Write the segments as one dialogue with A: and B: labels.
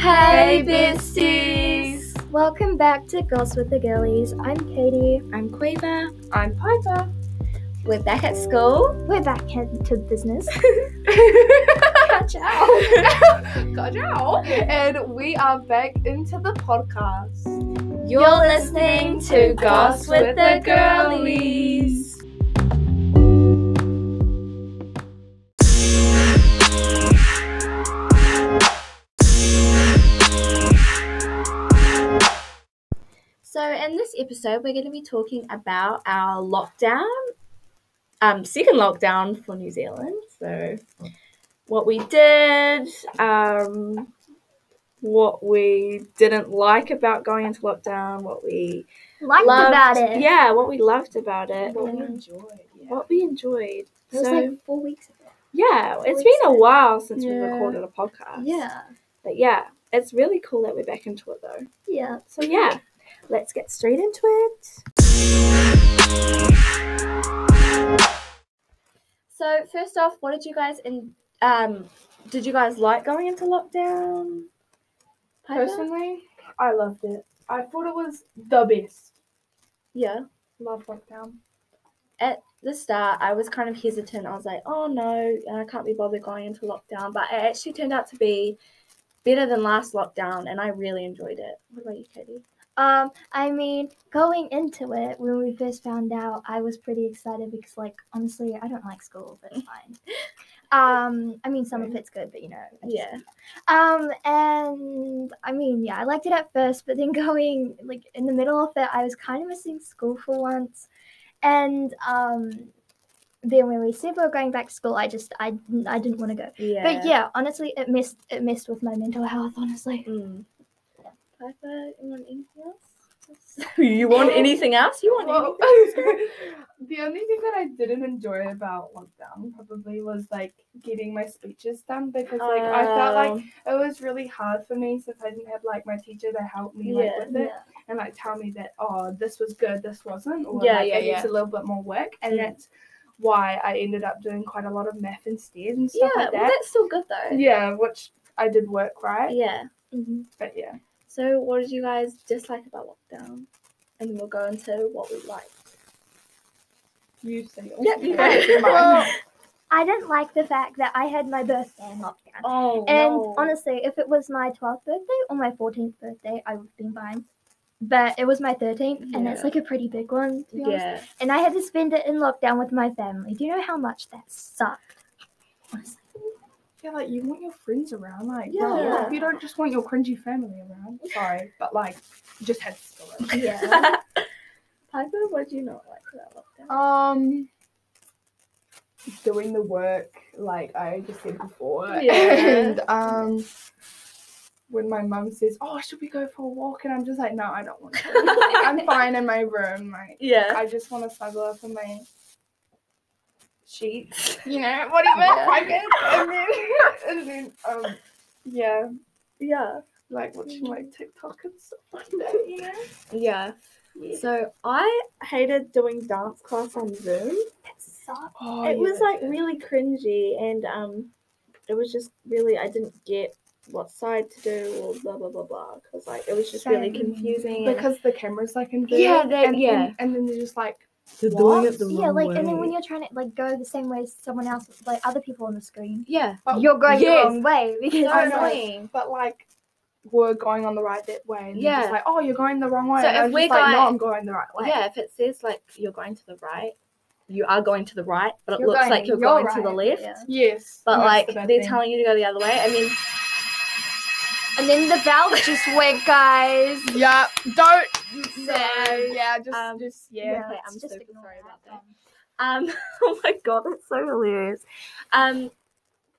A: Hey, besties!
B: Welcome back to Girls with the Girlies. I'm Katie.
A: I'm Quaver.
C: I'm Piper.
A: We're back at school.
B: We're back into business.
C: Catch out. Catch out. Oh, And we are back into the podcast.
A: You're listening to Goss with the Girlies. So, in this episode, we're going to be talking about our lockdown, um, second lockdown for New Zealand. So, what we did, um, what we didn't like about going into lockdown, what we
B: Liked
A: loved
B: about it.
A: Yeah, what we loved about it,
C: What
A: and
C: we enjoyed. Yeah.
A: what we enjoyed.
B: It was
A: so,
B: like four weeks ago.
A: yeah,
B: four
A: it's
B: weeks
A: been a
B: ago.
A: while since we
C: Yeah.
A: recorded a podcast.
B: Yeah.
A: But yeah, it's really cool that we're back into it though.
B: Yeah.
A: So yeah, let's get straight into it. So first off, what did you guys in um did you guys like going into lockdown? Piper?
C: Personally, I loved it. I thought it was the best.
A: Yeah.
C: Love lockdown.
A: At the start I was kind of hesitant. I was like, oh no, I can't be bothered going into lockdown. But it actually turned out to be better than last lockdown and I really enjoyed it. What about you, Katie?
B: Um, I mean, going into it when we first found out, I was pretty excited because, like, honestly, I don't like school, but it's fine. Um, I mean, some of it's good, but you know, I just-
A: Yeah.
B: Um, and I mean, yeah, I liked it at first, but then going like in the middle of it, I was kind of missing school for once. And um, then when we said we were going back to school, I just I didn't- I didn't want to go.
A: Yeah.
B: But yeah, honestly, it messed it messed with my mental health. Honestly,
A: Mm. Piper, you want anything else? you want anything else? You want
C: Well,
A: anything?
C: the only thing that I didn't enjoy about lockdown probably was like getting my speeches done because like I felt like
A: Um,
C: it was really hard for me since I didn't have like my teacher to help me
A: Yeah.
C: like, with it and like tell me that oh this was good this wasn't or
A: Yeah,
C: like,
A: yeah,
C: it
A: yeah.
C: needs a little bit more work and
A: Mm.
C: that's why I ended up doing quite a lot of math instead and
A: yeah,
C: stuff like
A: well,
C: that.
A: that's still good though.
C: yeah, which I did work right,
A: Yeah.
B: Mhm.
C: but yeah,
A: So, what did you guys dislike about lockdown? And then we'll go into what we liked.
C: you say "Oh, it.
A: Yeah, you
C: Okay,
A: go.
C: never mind.
B: Well, I didn't like the fact that I had my birthday in lockdown.
A: Oh,
B: And honestly, if it was my 12th birthday or my 14th birthday, I would have been fine. But it was my 13th, and that's
A: Yeah.
B: like a pretty big one, to be honest.
A: yeah.
B: And I had to spend it in lockdown with my family. Do you know how much that sucked?
C: Yeah, like you want your friends around, like
A: Yeah.
C: well, you don't just want your cringy family around. Sorry, but like you just had to spill it.
B: Yeah.
A: Piper, what did you not like about lockdown?
C: Um, doing the work like I just said before,
A: Yeah.
C: and um, when my mum says, "Oh, should we go for a walk?" and I'm just like, "No, I don't want to. Like, I'm fine in my room. Like,
A: yeah.
C: I just want to snuggle up in my
A: Sheets.
C: you know, whatever
A: Yeah.
C: blanket, and then and then um, yeah,
A: Yeah.
C: like watching like TikTok and stuff like that. You know?
A: Yeah.
C: Yeah.
A: So, I hated doing dance class on Zoom.
B: That sucked.
C: Oh,
A: it was
C: yeah.
A: like really cringy and um it was just really i didn't get what side to do or blah blah blah blah because like it was just really
C: Same.
A: confusing and-
C: uh, because the camera's like in
A: Yeah,
C: there,
A: they-
C: and,
A: yeah.
C: and, and then they're just like
D: They're
C: What?
D: doing it the
B: Yeah,
D: wrong
B: like,
D: way.
B: and then when you're trying to like go the same way as someone else, like other people on the screen,
A: yeah
C: Oh,
B: you're going
A: yes.
B: the wrong way because
C: No,
B: I was
C: no.
B: like,
C: but like we're going on the right that way and yeah
A: Yeah.
C: just like oh you're going the wrong way
A: So
C: and I
A: if
C: was
A: we're
C: just like no
A: going-
C: i'm going the right way
A: yeah if it says like you're going to the right you are going to the right but it
B: You're
A: looks
B: going-
A: like you're,
B: you're
A: going to the
B: right,
A: left
B: yeah.
C: yes
A: but
C: and that's
A: like
C: the bad
A: they're
C: thing.
A: telling you to go the other way i mean
B: and then the bell just went, guys.
C: yeah don't
A: So,
C: yeah just
A: um,
C: just
A: yeah.
C: yeah,
A: okay, I'm
B: let's just
A: super
B: ignore
A: sorry about that.
B: then.
A: Um, oh my god, that's so hilarious. Um,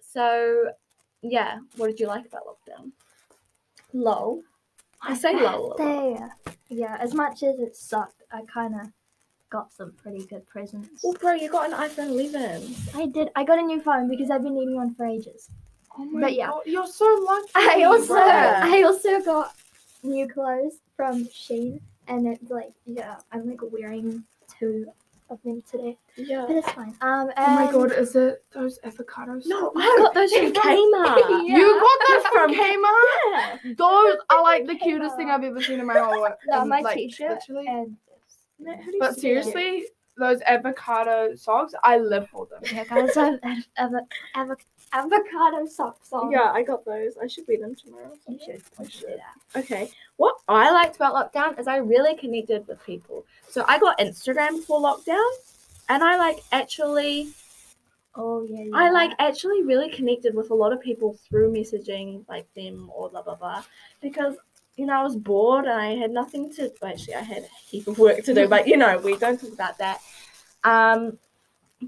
A: so yeah, what did you like about lockdown? Lol. I say
B: My
A: lol. a lot.
B: birthday. Yeah, as much as it sucked, I kind of got some pretty good presents.
A: Well, Oh, bro, you got an iPhone 11.
B: I did. I got a new phone because I've been needing one for ages.
C: oh my
B: but yeah.
C: God, you're so lucky
B: I also
C: bro.
B: I also got new clothes from Shein, and it's like yeah, I'm like wearing two of me today,
A: Yeah.
B: but it's fine. Um,
C: Oh my
B: and-
C: god, is it those avocados?
A: No, I got those from
C: It was-
A: Kmart.
B: Yeah.
C: You got that from Kmart?
A: Yeah.
C: Those are like the
B: Kmart.
C: cutest thing I've ever seen in my whole life.
B: No, my
C: like,
B: t-shirt
C: literally.
B: and this.
A: No, how do you
C: But
A: see it?
C: seriously, those avocado socks, I live for them.
B: Yeah, guys, I have av- av- av- avocado socks on.
A: Yeah, I got those. I should wear them tomorrow.
B: You should, you should do that.
A: Okay. What I liked about lockdown is I really connected with people. So I got Instagram for lockdown and I like actually
B: Oh yeah, yeah.
A: I like actually really connected with a lot of people through messaging like them or blah blah blah because you know I was bored and I had nothing to well, actually I had a heap of work to do but you know we don't talk about that um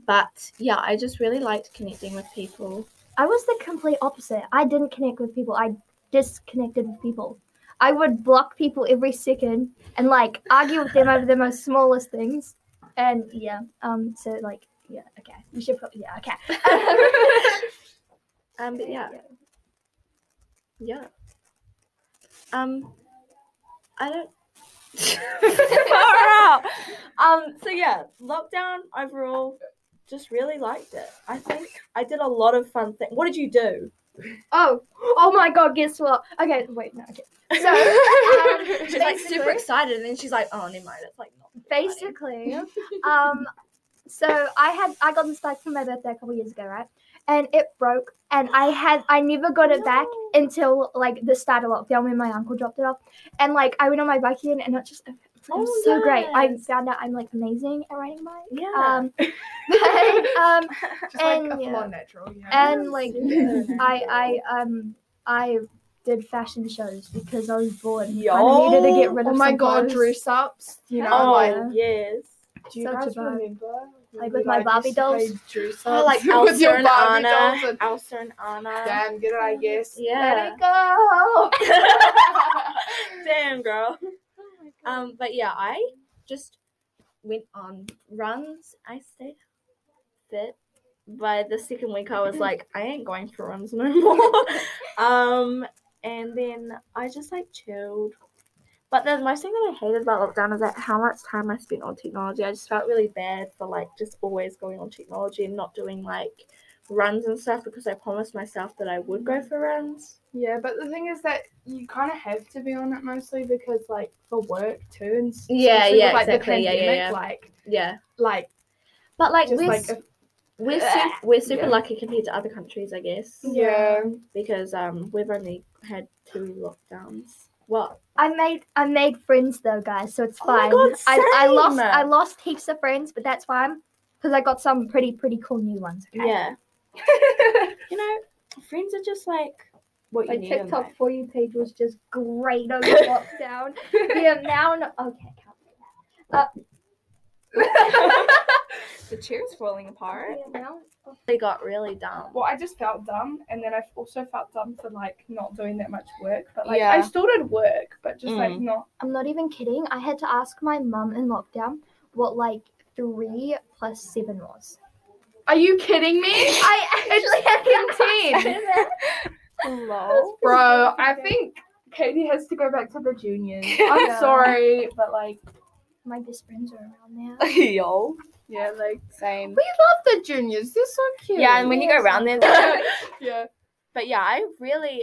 A: but yeah I just really liked connecting with people
B: I was the complete opposite. I didn't connect with people. I disconnected with people. I would block people every second and like argue with them over the most smallest things. And yeah, um, so like yeah, okay, we should put yeah, okay.
A: um but yeah yeah um I don't far out um so yeah lockdown overall just really liked it I think I did a lot of fun things what did you do
B: Oh, oh my God! Guess what? Okay, wait, no. Okay.
A: So
B: um,
A: she's like super
B: basically-
A: excited, and then she's like, "Oh, never mind." It's like not really funny."
B: Basically, um, so I had I got this bike for my birthday a couple years ago, right? And it broke, and I had I never got it back
A: No.
B: until like the start of lockdown when my uncle dropped it off, and like I went on my bike again, and it just it was
A: Oh,
B: so great. I
A: yes.
B: found out I'm like amazing at riding a bike.
A: Yeah.
B: Um, but, um,
C: Just like
B: And,
C: a
B: yeah.
C: full on natural. Yeah.
B: and like
A: Yeah.
B: I I um I did fashion shows because I was bored. and
A: Yo.
B: I needed to get rid of
C: oh my
B: some
C: god,
B: clothes.
C: dress ups. You know,
A: oh
C: like
A: yes.
C: do you
B: Such a
C: guys
B: vibe.
C: remember? when
B: Like
C: we,
B: with my Barbie
C: used to play
B: dolls?
C: dress
A: Oh, like
C: ups with
A: Elsa
C: your
A: and
C: Barbie
A: Anna.
C: dolls. And,
A: Elsa and Anna.
C: damn, get it, I guess.
A: Yeah.
B: go.
A: Damn, girl.
C: Oh
A: Um, but yeah, I just went on runs. I stayed fit. By the second week, I was like, I ain't going for runs no more. um, and then I just like chilled. But the most thing that I hated about lockdown is that how much time I spent on technology. I just felt really bad for like just always going on technology and not doing like runs and stuff because I promised myself that I would go for runs.
C: yeah, but the thing is that you kind of have to be on it mostly because, like, for work too, and s-
A: Yeah,
C: especially
A: yeah,
C: with, like
A: exactly,
C: the
A: yeah, yeah, yeah.
C: pandemic, like,
A: Yeah,
C: like
A: but like
C: just
A: we're
C: like
A: s-
C: a,
A: we're
C: Ugh.
A: super, we're super
C: Yeah.
A: lucky compared to other countries, I guess,
C: yeah.
A: because um we've only had two lockdowns. Well,
B: I made I made friends though, guys, so it's
A: Oh my
B: fine.
A: God,
B: I, I lost
A: same.
B: I lost heaps of friends, but that's fine because I got some pretty pretty cool new ones. Okay?
A: yeah, you know, friends are just like what you
B: My
A: need. in
B: TikTok
A: life.
B: for you page was just great over lockdown. the amount of okay, can't say
A: the chair's falling apart.
B: that. The amount of
A: They got really dumb.
C: Well, I just felt dumb, and then I also felt dumb for like not doing that much work. But like,
A: Yeah.
C: I still did work, but just like
A: Mm.
C: not.
B: I'm not even kidding. I had to ask my mum in lockdown what like three plus seven was.
C: Are you kidding me,
B: I actually had to ask
C: Fifteen.
B: her.
A: Hello.
C: bro? I think Katie has to go back to the juniors. I'm
B: Yeah.
C: sorry, but like,
B: My best friends are around there.
A: Yo.
C: yeah, like same. We love the juniors. They're so cute.
A: Yeah, and when you go around there,
C: yeah,
A: but yeah, I really,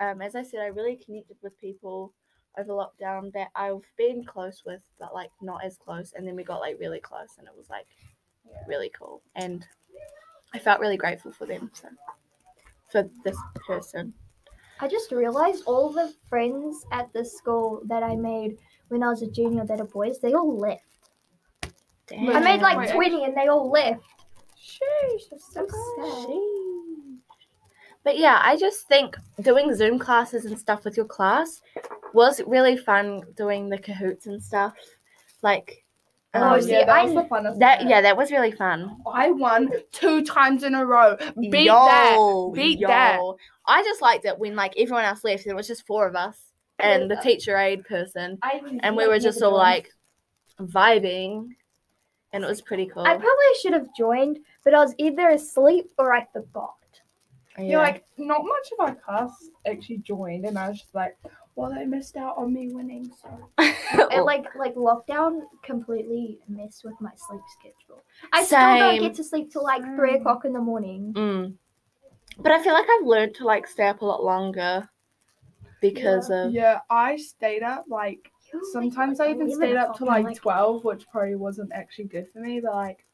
A: um, as I said, I really connected with people over lockdown that I've been close with, but like not as close. And then we got like really close, and it was like
C: Yeah.
A: really cool. And I felt really grateful for them. So for this person,
B: I just realized all the friends at the school that I made when I was a junior that are boys, they all left.
A: Damn.
B: I made like
C: Wait.
B: 20 and they all left.
C: sheesh, that's so
B: Okay.
C: sad.
A: But yeah, I just think doing Zoom classes and stuff with your class was really fun doing the cahoots and stuff. Like,
B: Oh,
A: um,
B: see,
C: yeah, that was
B: I-
C: the funnest
A: that
C: part.
A: yeah, that was really fun.
C: I won two times in a row. Beat that.
A: Yo,
C: Beat that.
A: I just liked it when like everyone else left and it was just four of us and the teacher aid person,
C: I
A: and we were just all like vibing, and it was pretty cool.
B: I probably should have joined, but I was either asleep or I forgot.
C: Yeah, like not much of our class actually joined, and I was just like, Well, they missed out on me winning, so
A: Oh.
B: And like like lockdown completely messed with my sleep schedule. I still don't
A: Same.
B: get to sleep till like three
C: Same.
B: o'clock in the morning.
A: Mm. But I feel like I've learned to like stay up a lot longer because of
C: yeah, I stayed up like
B: You wake
C: sometimes
B: like
C: I even
B: 11
C: stayed up
B: o'clock
C: to
B: and I'm
C: like twelve, which probably wasn't actually good for me. But like,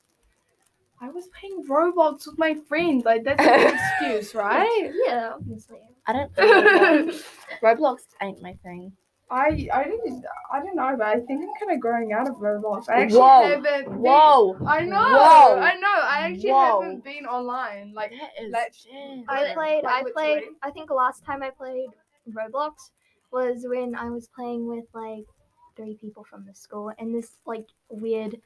C: I was playing Roblox with my friends. Like that's an excuse, right?
B: Yeah, obviously.
A: I don't Roblox ain't my thing.
C: I I didn't I don't know, but I think I'm kind of growing out of Roblox. I actually
A: Whoa.
C: haven't. been-
A: Whoa.
C: I know.
A: Whoa.
C: I know. I actually
A: Whoa.
C: haven't been online. Like
A: That is
C: let's-
A: shit.
B: I
C: Like,
B: played. I
C: literally.
B: played. I think the last time I played Roblox was when I was playing with like three people from the school and this like weird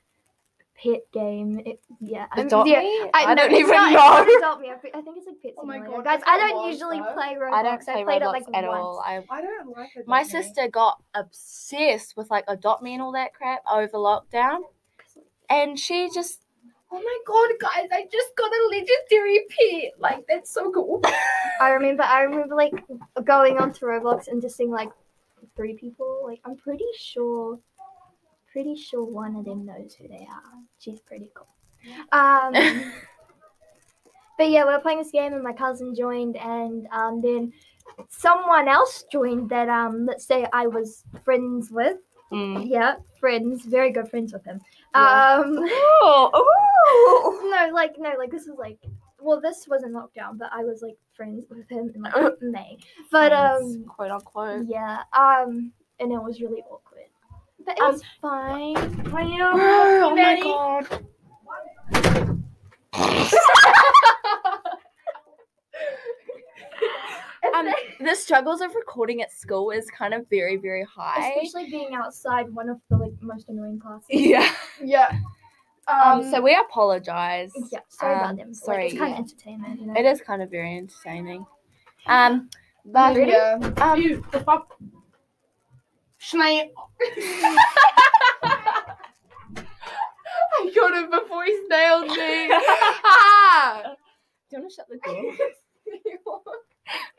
B: pet game. It, yeah, I mean,
A: Adopt
B: yeah,
A: me?
B: I,
A: I
B: no,
A: don't
B: it's
A: even
B: not-
A: know.
B: It's not adopt me. I thi- I think it's like Pet
C: Oh my
B: Simulator.
C: God,
B: Guys,
C: that's
B: I
C: what it
B: don't
C: was,
B: usually
C: though.
B: play Roblox.
A: I don't play
B: played
A: Roblox
B: it like
A: at
B: once.
A: all. I
C: I don't like it.
A: my
C: that way.
A: sister got obsessed with like adopt me and all that crap over lockdown, and she just
C: Oh my god, guys! I just got a legendary pet. Like that's so cool.
B: I remember. I remember like going onto Roblox and just seeing like three people. Like I'm pretty sure, pretty sure one of them knows who they are. She's pretty cool. Um. But yeah, we were playing this game, and my cousin joined, and um, then someone else joined that um, let's say I was friends with.
A: Mm.
B: Yeah, friends, very good friends with him.
C: Yeah.
B: Um,
A: Oh,
B: no, like no, like this was like, well, this wasn't lockdown, but I was like friends with him in like May. But um,
A: quote unquote.
B: yeah, um, and it was really awkward. But it
A: Um,
B: was fine.
C: oh my
A: Manny.
C: god.
A: Um, the struggles of recording at school is kind of very, very high.
B: Especially being outside, one of the like most annoying classes.
A: Yeah.
C: Yeah.
A: Um, so we apologize.
B: Yeah, sorry
A: Um,
B: about them. Sorry,
A: sorry,
B: like, it's kind
A: yeah.
B: of entertainment. You know?
A: It is kind of very entertaining. Um, but
C: yeah.
A: um,
C: you the fuck. Schnei. I got him before he snailed me.
A: Oh
C: ah!
A: do you want to shut the door?
C: Snail.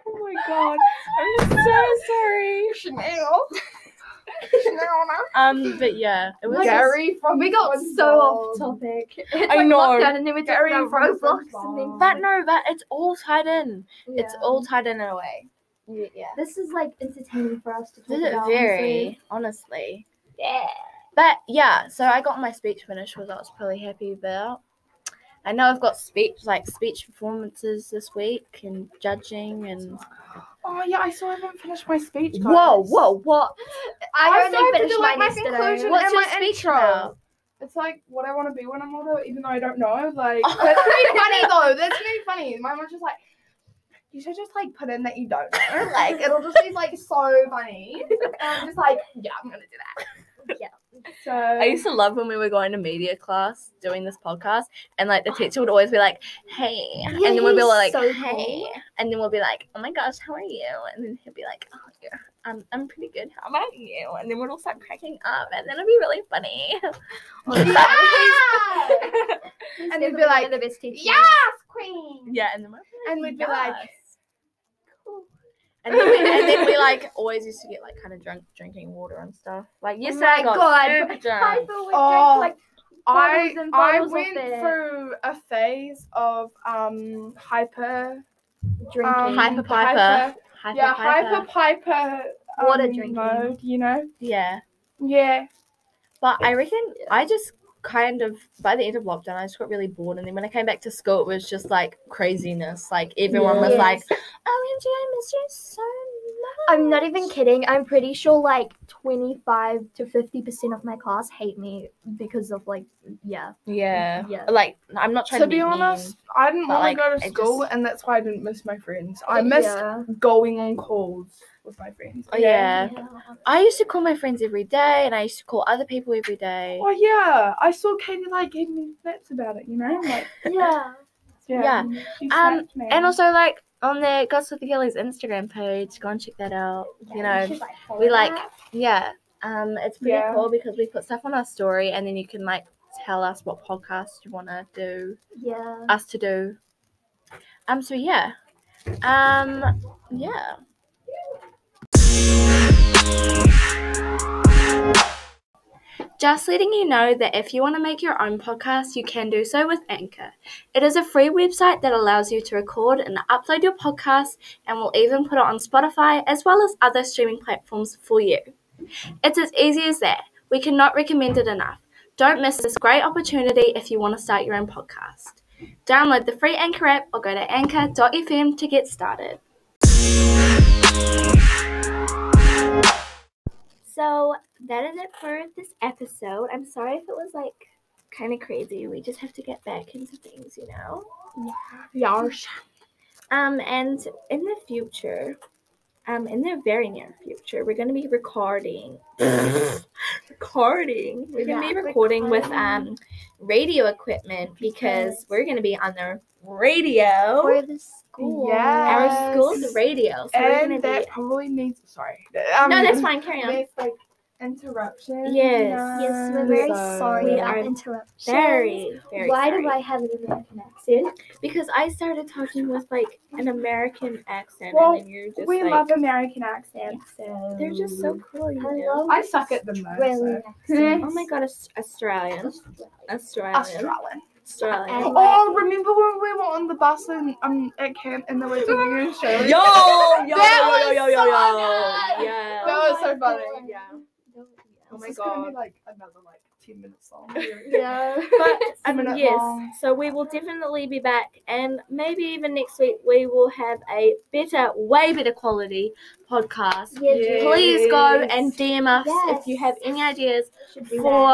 A: Oh my god, I'm so sorry.
C: Snail. Snail.
A: Um, but yeah, it was.
C: Gary from
B: We got
C: SpongeBob.
B: so off topic. It's
A: I
B: like
A: know.
B: Lockdown, and then we talked
C: Gary
B: about
C: from
B: Roblox, and then
C: SpongeBob.
A: But no, but it's all tied in. It's
B: Yeah.
A: all tied in in a way. Yeah.
B: This is like entertaining for us to talk
A: Does it
B: about.
A: vary, honestly?
B: honestly. Yeah.
A: But yeah, so I got my speech finished, which I was pretty happy about. I know I've got speech like speech performances this week and judging and
C: Oh yeah, I still haven't finished my speech. Guys.
A: whoa, whoa, what?
B: I,
C: I still have
B: only
C: to
B: finished
C: do, like,
B: mine
C: my
B: yesterday.
C: conclusion.
A: What's
C: and
A: your
C: my
A: speech
C: intro.
A: about?
C: It's like what I want to be when I'm older, even though I don't know. Like
A: Oh.
C: that's pretty funny though. That's pretty funny. My mom's just like, you should just like put in that you don't know. Like it'll just be like so funny. And I'm just like, yeah, I'm gonna do that. So
A: I used to love when we were going to media class doing this podcast, and like the teacher would always be like, "Hey,"
B: Yeah,
A: and then we'd be
B: he's
A: like,
B: so
A: "Hey,"
B: cool.
A: and then we'll be like, "Oh my gosh, how are you?" And then he'll be like, "Oh yeah, I'm I'm pretty good. How about you?" And then we'd all start cracking up, and then it'd be really funny.
C: yeah, And they'd be
B: Definitely one
C: like,
B: of the best teachers.
C: yes, queen.
A: yeah, and then we'd be like, "Yes." And
C: And we'd be like,
A: then, we, and then we like always used to get like kind of drunk drinking water and stuff. Like yesterday I
B: my
A: got
B: God.
A: super
B: I
A: drunk.
B: feel like
C: Oh.
B: like
C: I
B: Bottles and
C: I
B: bottles of
C: went
B: it.
C: through a phase of um hyper
B: drinking.
C: um,
A: Hyper piper. Hyper
C: yeah
A: piper.
C: hyper piper um,
B: Water drinking.
C: mode you know
A: Yeah.
C: yeah
A: But I reckon I just kind of by the end of lockdown I just got really bored and then when I came back to school it was just like craziness. Like everyone was
B: Yes.
A: like, OMG, I miss you so much.
B: I'm not even kidding. I'm pretty sure like 25 to 50% of my class hate me because of like, yeah.
A: Yeah.
B: Yeah.
A: Like I'm not trying
C: to
A: to
C: be
A: mean.
C: honest, I didn't
A: but,
C: want
A: like,
C: to go
A: I
C: to school,
A: just-
C: and that's why I didn't miss my friends. I missed
B: Yeah.
C: going on calls with my friends.
A: Oh, yeah.
B: yeah.
A: I used to call my friends every day and I used to call other people every day.
C: Oh yeah, I saw Katie like gave me snaps about it. You know, like
B: Yeah.
C: yeah.
A: Um,
C: she snapped me.
A: And also like on the Gossip with the Gillies Instagram page, go and check that out. You know, we like yeah um it's pretty
C: Yeah.
A: cool because we put stuff on our story and then you can like tell us what podcast you want to do
B: Yeah.
A: us to do um so yeah um yeah Just letting you know that if you want to make your own podcast, you can do so with Anchor. It is a free website that allows you to record and upload your podcast and will even put it on Spotify as well as other streaming platforms for you. It's as easy as that. We cannot recommend it enough. Don't miss this great opportunity if you want to start your own podcast. Download the free Anchor app or go to anchor.fm to get started. So that is it for this episode. I'm sorry if it was like kind of crazy. We just have to get back into things, you know?
C: Yarsh.
A: Um, and in the future, um, in the very near future, we're going to be recording. recording. We're going to
C: Yeah,
A: be recording with um
B: recording.
A: radio equipment because
B: Because-
A: we're going to be on the radio.
B: Oh, For the school.
A: Our
C: Yes.
A: school's radio. So we're
C: And
A: going
C: that
A: to
C: probably needs. Sorry.
A: be.
C: Um,
A: No, that's fine. Carry on.
C: With like interruptions.
A: Yes.
B: Yes, we're very
C: So-
B: sorry
A: We
B: about
A: are
B: interruptions.
A: Very, very.
B: Why
A: sorry.
B: do I have an American accent?
A: Because I started talking with like an American accent,
C: Well,
A: and then you're just
C: we
A: like,
C: love American accents. So.
A: they're just so cool. You
B: I
A: know?
B: love
C: I suck at the most,
B: Australian
C: so. Hmm.
B: accent.
A: Oh my god, Aus- Australian, Australian,
C: Australian.
A: Australian.
B: Australian.
C: Oh, remember when we were on the bus and um at camp and there were doing a show?
A: Yo, yo,
C: That
A: yo, yo,
C: was
A: yo, yo,
C: so
A: yo.
C: good.
A: Yeah.
C: That was so funny.
A: Yeah. Oh
C: This
A: my
C: is gonna
A: god.
C: be like another like ten minutes long.
B: Yeah.
A: But
C: a
A: um,
C: minute
A: yes,
C: long.
A: so we will definitely be back, and maybe even next week we will have a better, way better quality podcast.
C: Yes.
A: Please go and DM us if
B: Yes.
A: you have any ideas
B: Should do that.
A: for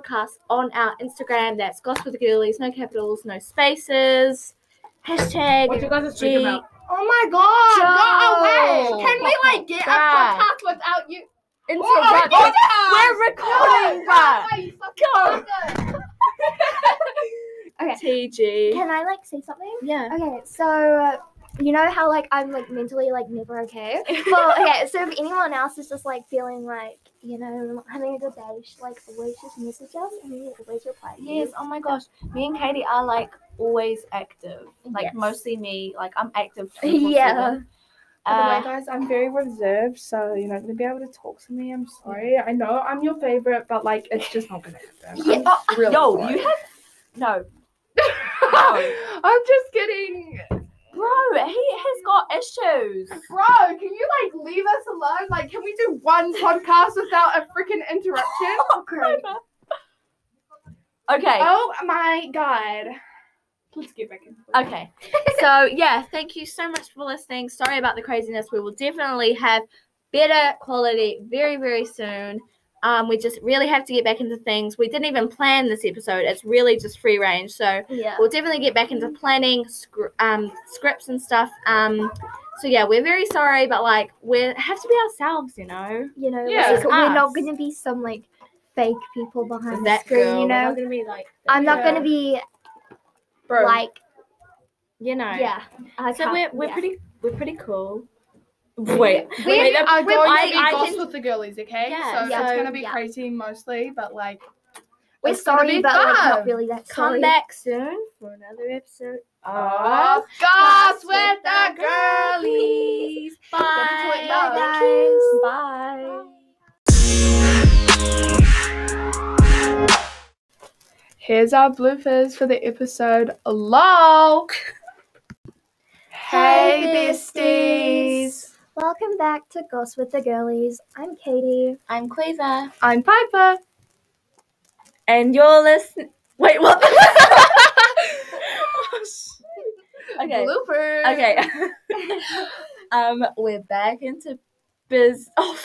A: podcasts on our Instagram. That's Gossip with the Girlies, no capitals, no spaces.
C: What you
A: Hashtag
C: guys are
A: G.
C: speaking about? Oh my god!
A: Joe.
C: Go away! Can we like get
A: Bruh.
C: a podcast without you?
A: Interrupt.
C: Oh,
A: We're recording, bruh. Go.
B: Okay.
A: TG.
B: Can I like say something?
A: Yeah.
B: Okay, so uh, you know how like I'm like mentally like never okay. Well, okay. So if anyone else is just like feeling like you know not having a good day, you should like always just message us and we will always reply. to you.
A: Yes, oh my gosh. Me and Katie are like always active. Like
B: Yes.
A: mostly me. Like I'm active.
B: Yeah.
A: 24/7.
C: By the way,
A: Uh,
C: guys, I'm very reserved, so you're not gonna be able to talk to me. I'm sorry. I know I'm your favorite, but like it's just not gonna happen.
B: Yeah.
C: I'm really
A: uh, yo,
C: sorry.
A: you have. No.
C: I'm just kidding,
A: Bro, he has got issues.
C: bro. Can you like leave us alone? Like, can we do one podcast without a freaking interruption? Great.
A: Okay.
C: Oh my god. Let's get back into it.
A: Okay. So yeah, thank you so much for listening. Sorry about the craziness. We will definitely have better quality very, very soon. Um, we just really have to get back into things. We didn't even plan this episode. It's really just free range. So
B: Yeah.
A: we'll definitely get back into planning scr- um, scripts and stuff. Um, so yeah, we're very sorry, but like we have to be ourselves, you know.
B: You know,
C: Yeah.
B: like, we're
A: Us.
B: not gonna be some like fake people behind the
A: that
B: screen.
A: girl,
B: You
A: we're not
B: know,
A: gonna be like,
B: I'm not
C: Yeah.
B: gonna be
C: Bro,
B: like
A: you know.
B: yeah. I
A: So
B: can't-
A: we're, we're
B: yeah.
A: pretty we're pretty cool. Wait,
C: we
A: wait, that-
C: are going
A: I-
C: to be
A: I
C: gossip
A: can-
C: with the girlies, okay?
A: Yeah,
C: so
B: yeah.
C: it's gonna be
B: Yeah.
C: crazy mostly, but like
B: We're
C: it's gonna
B: sorry,
C: be
B: but like
C: fun.
B: not really that
A: come
B: sorry.
A: back soon for another episode of
C: Oh, goss with the girlies.
A: Bye.
C: Bye,
B: guys.
A: Bye.
C: Here's our bloopers for the episode. LOL.
B: Hey,
C: hey, besties.
B: Welcome back to Goss with the Girlies. I'm Katie.
A: I'm Quaver.
C: I'm Piper.
A: And you're listening. Wait, what? okay.
C: Bloopers.
A: Okay. um, we're back into biz. Oh,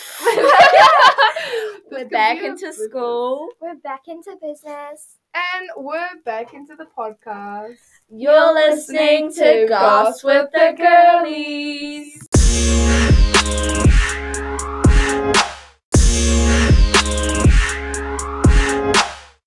A: we're
C: This could
A: back
C: be a
A: into
C: bloopers.
A: school.
B: We're back into business.
C: And we're back into the podcast.
A: You're listening to Goss with the Girlies.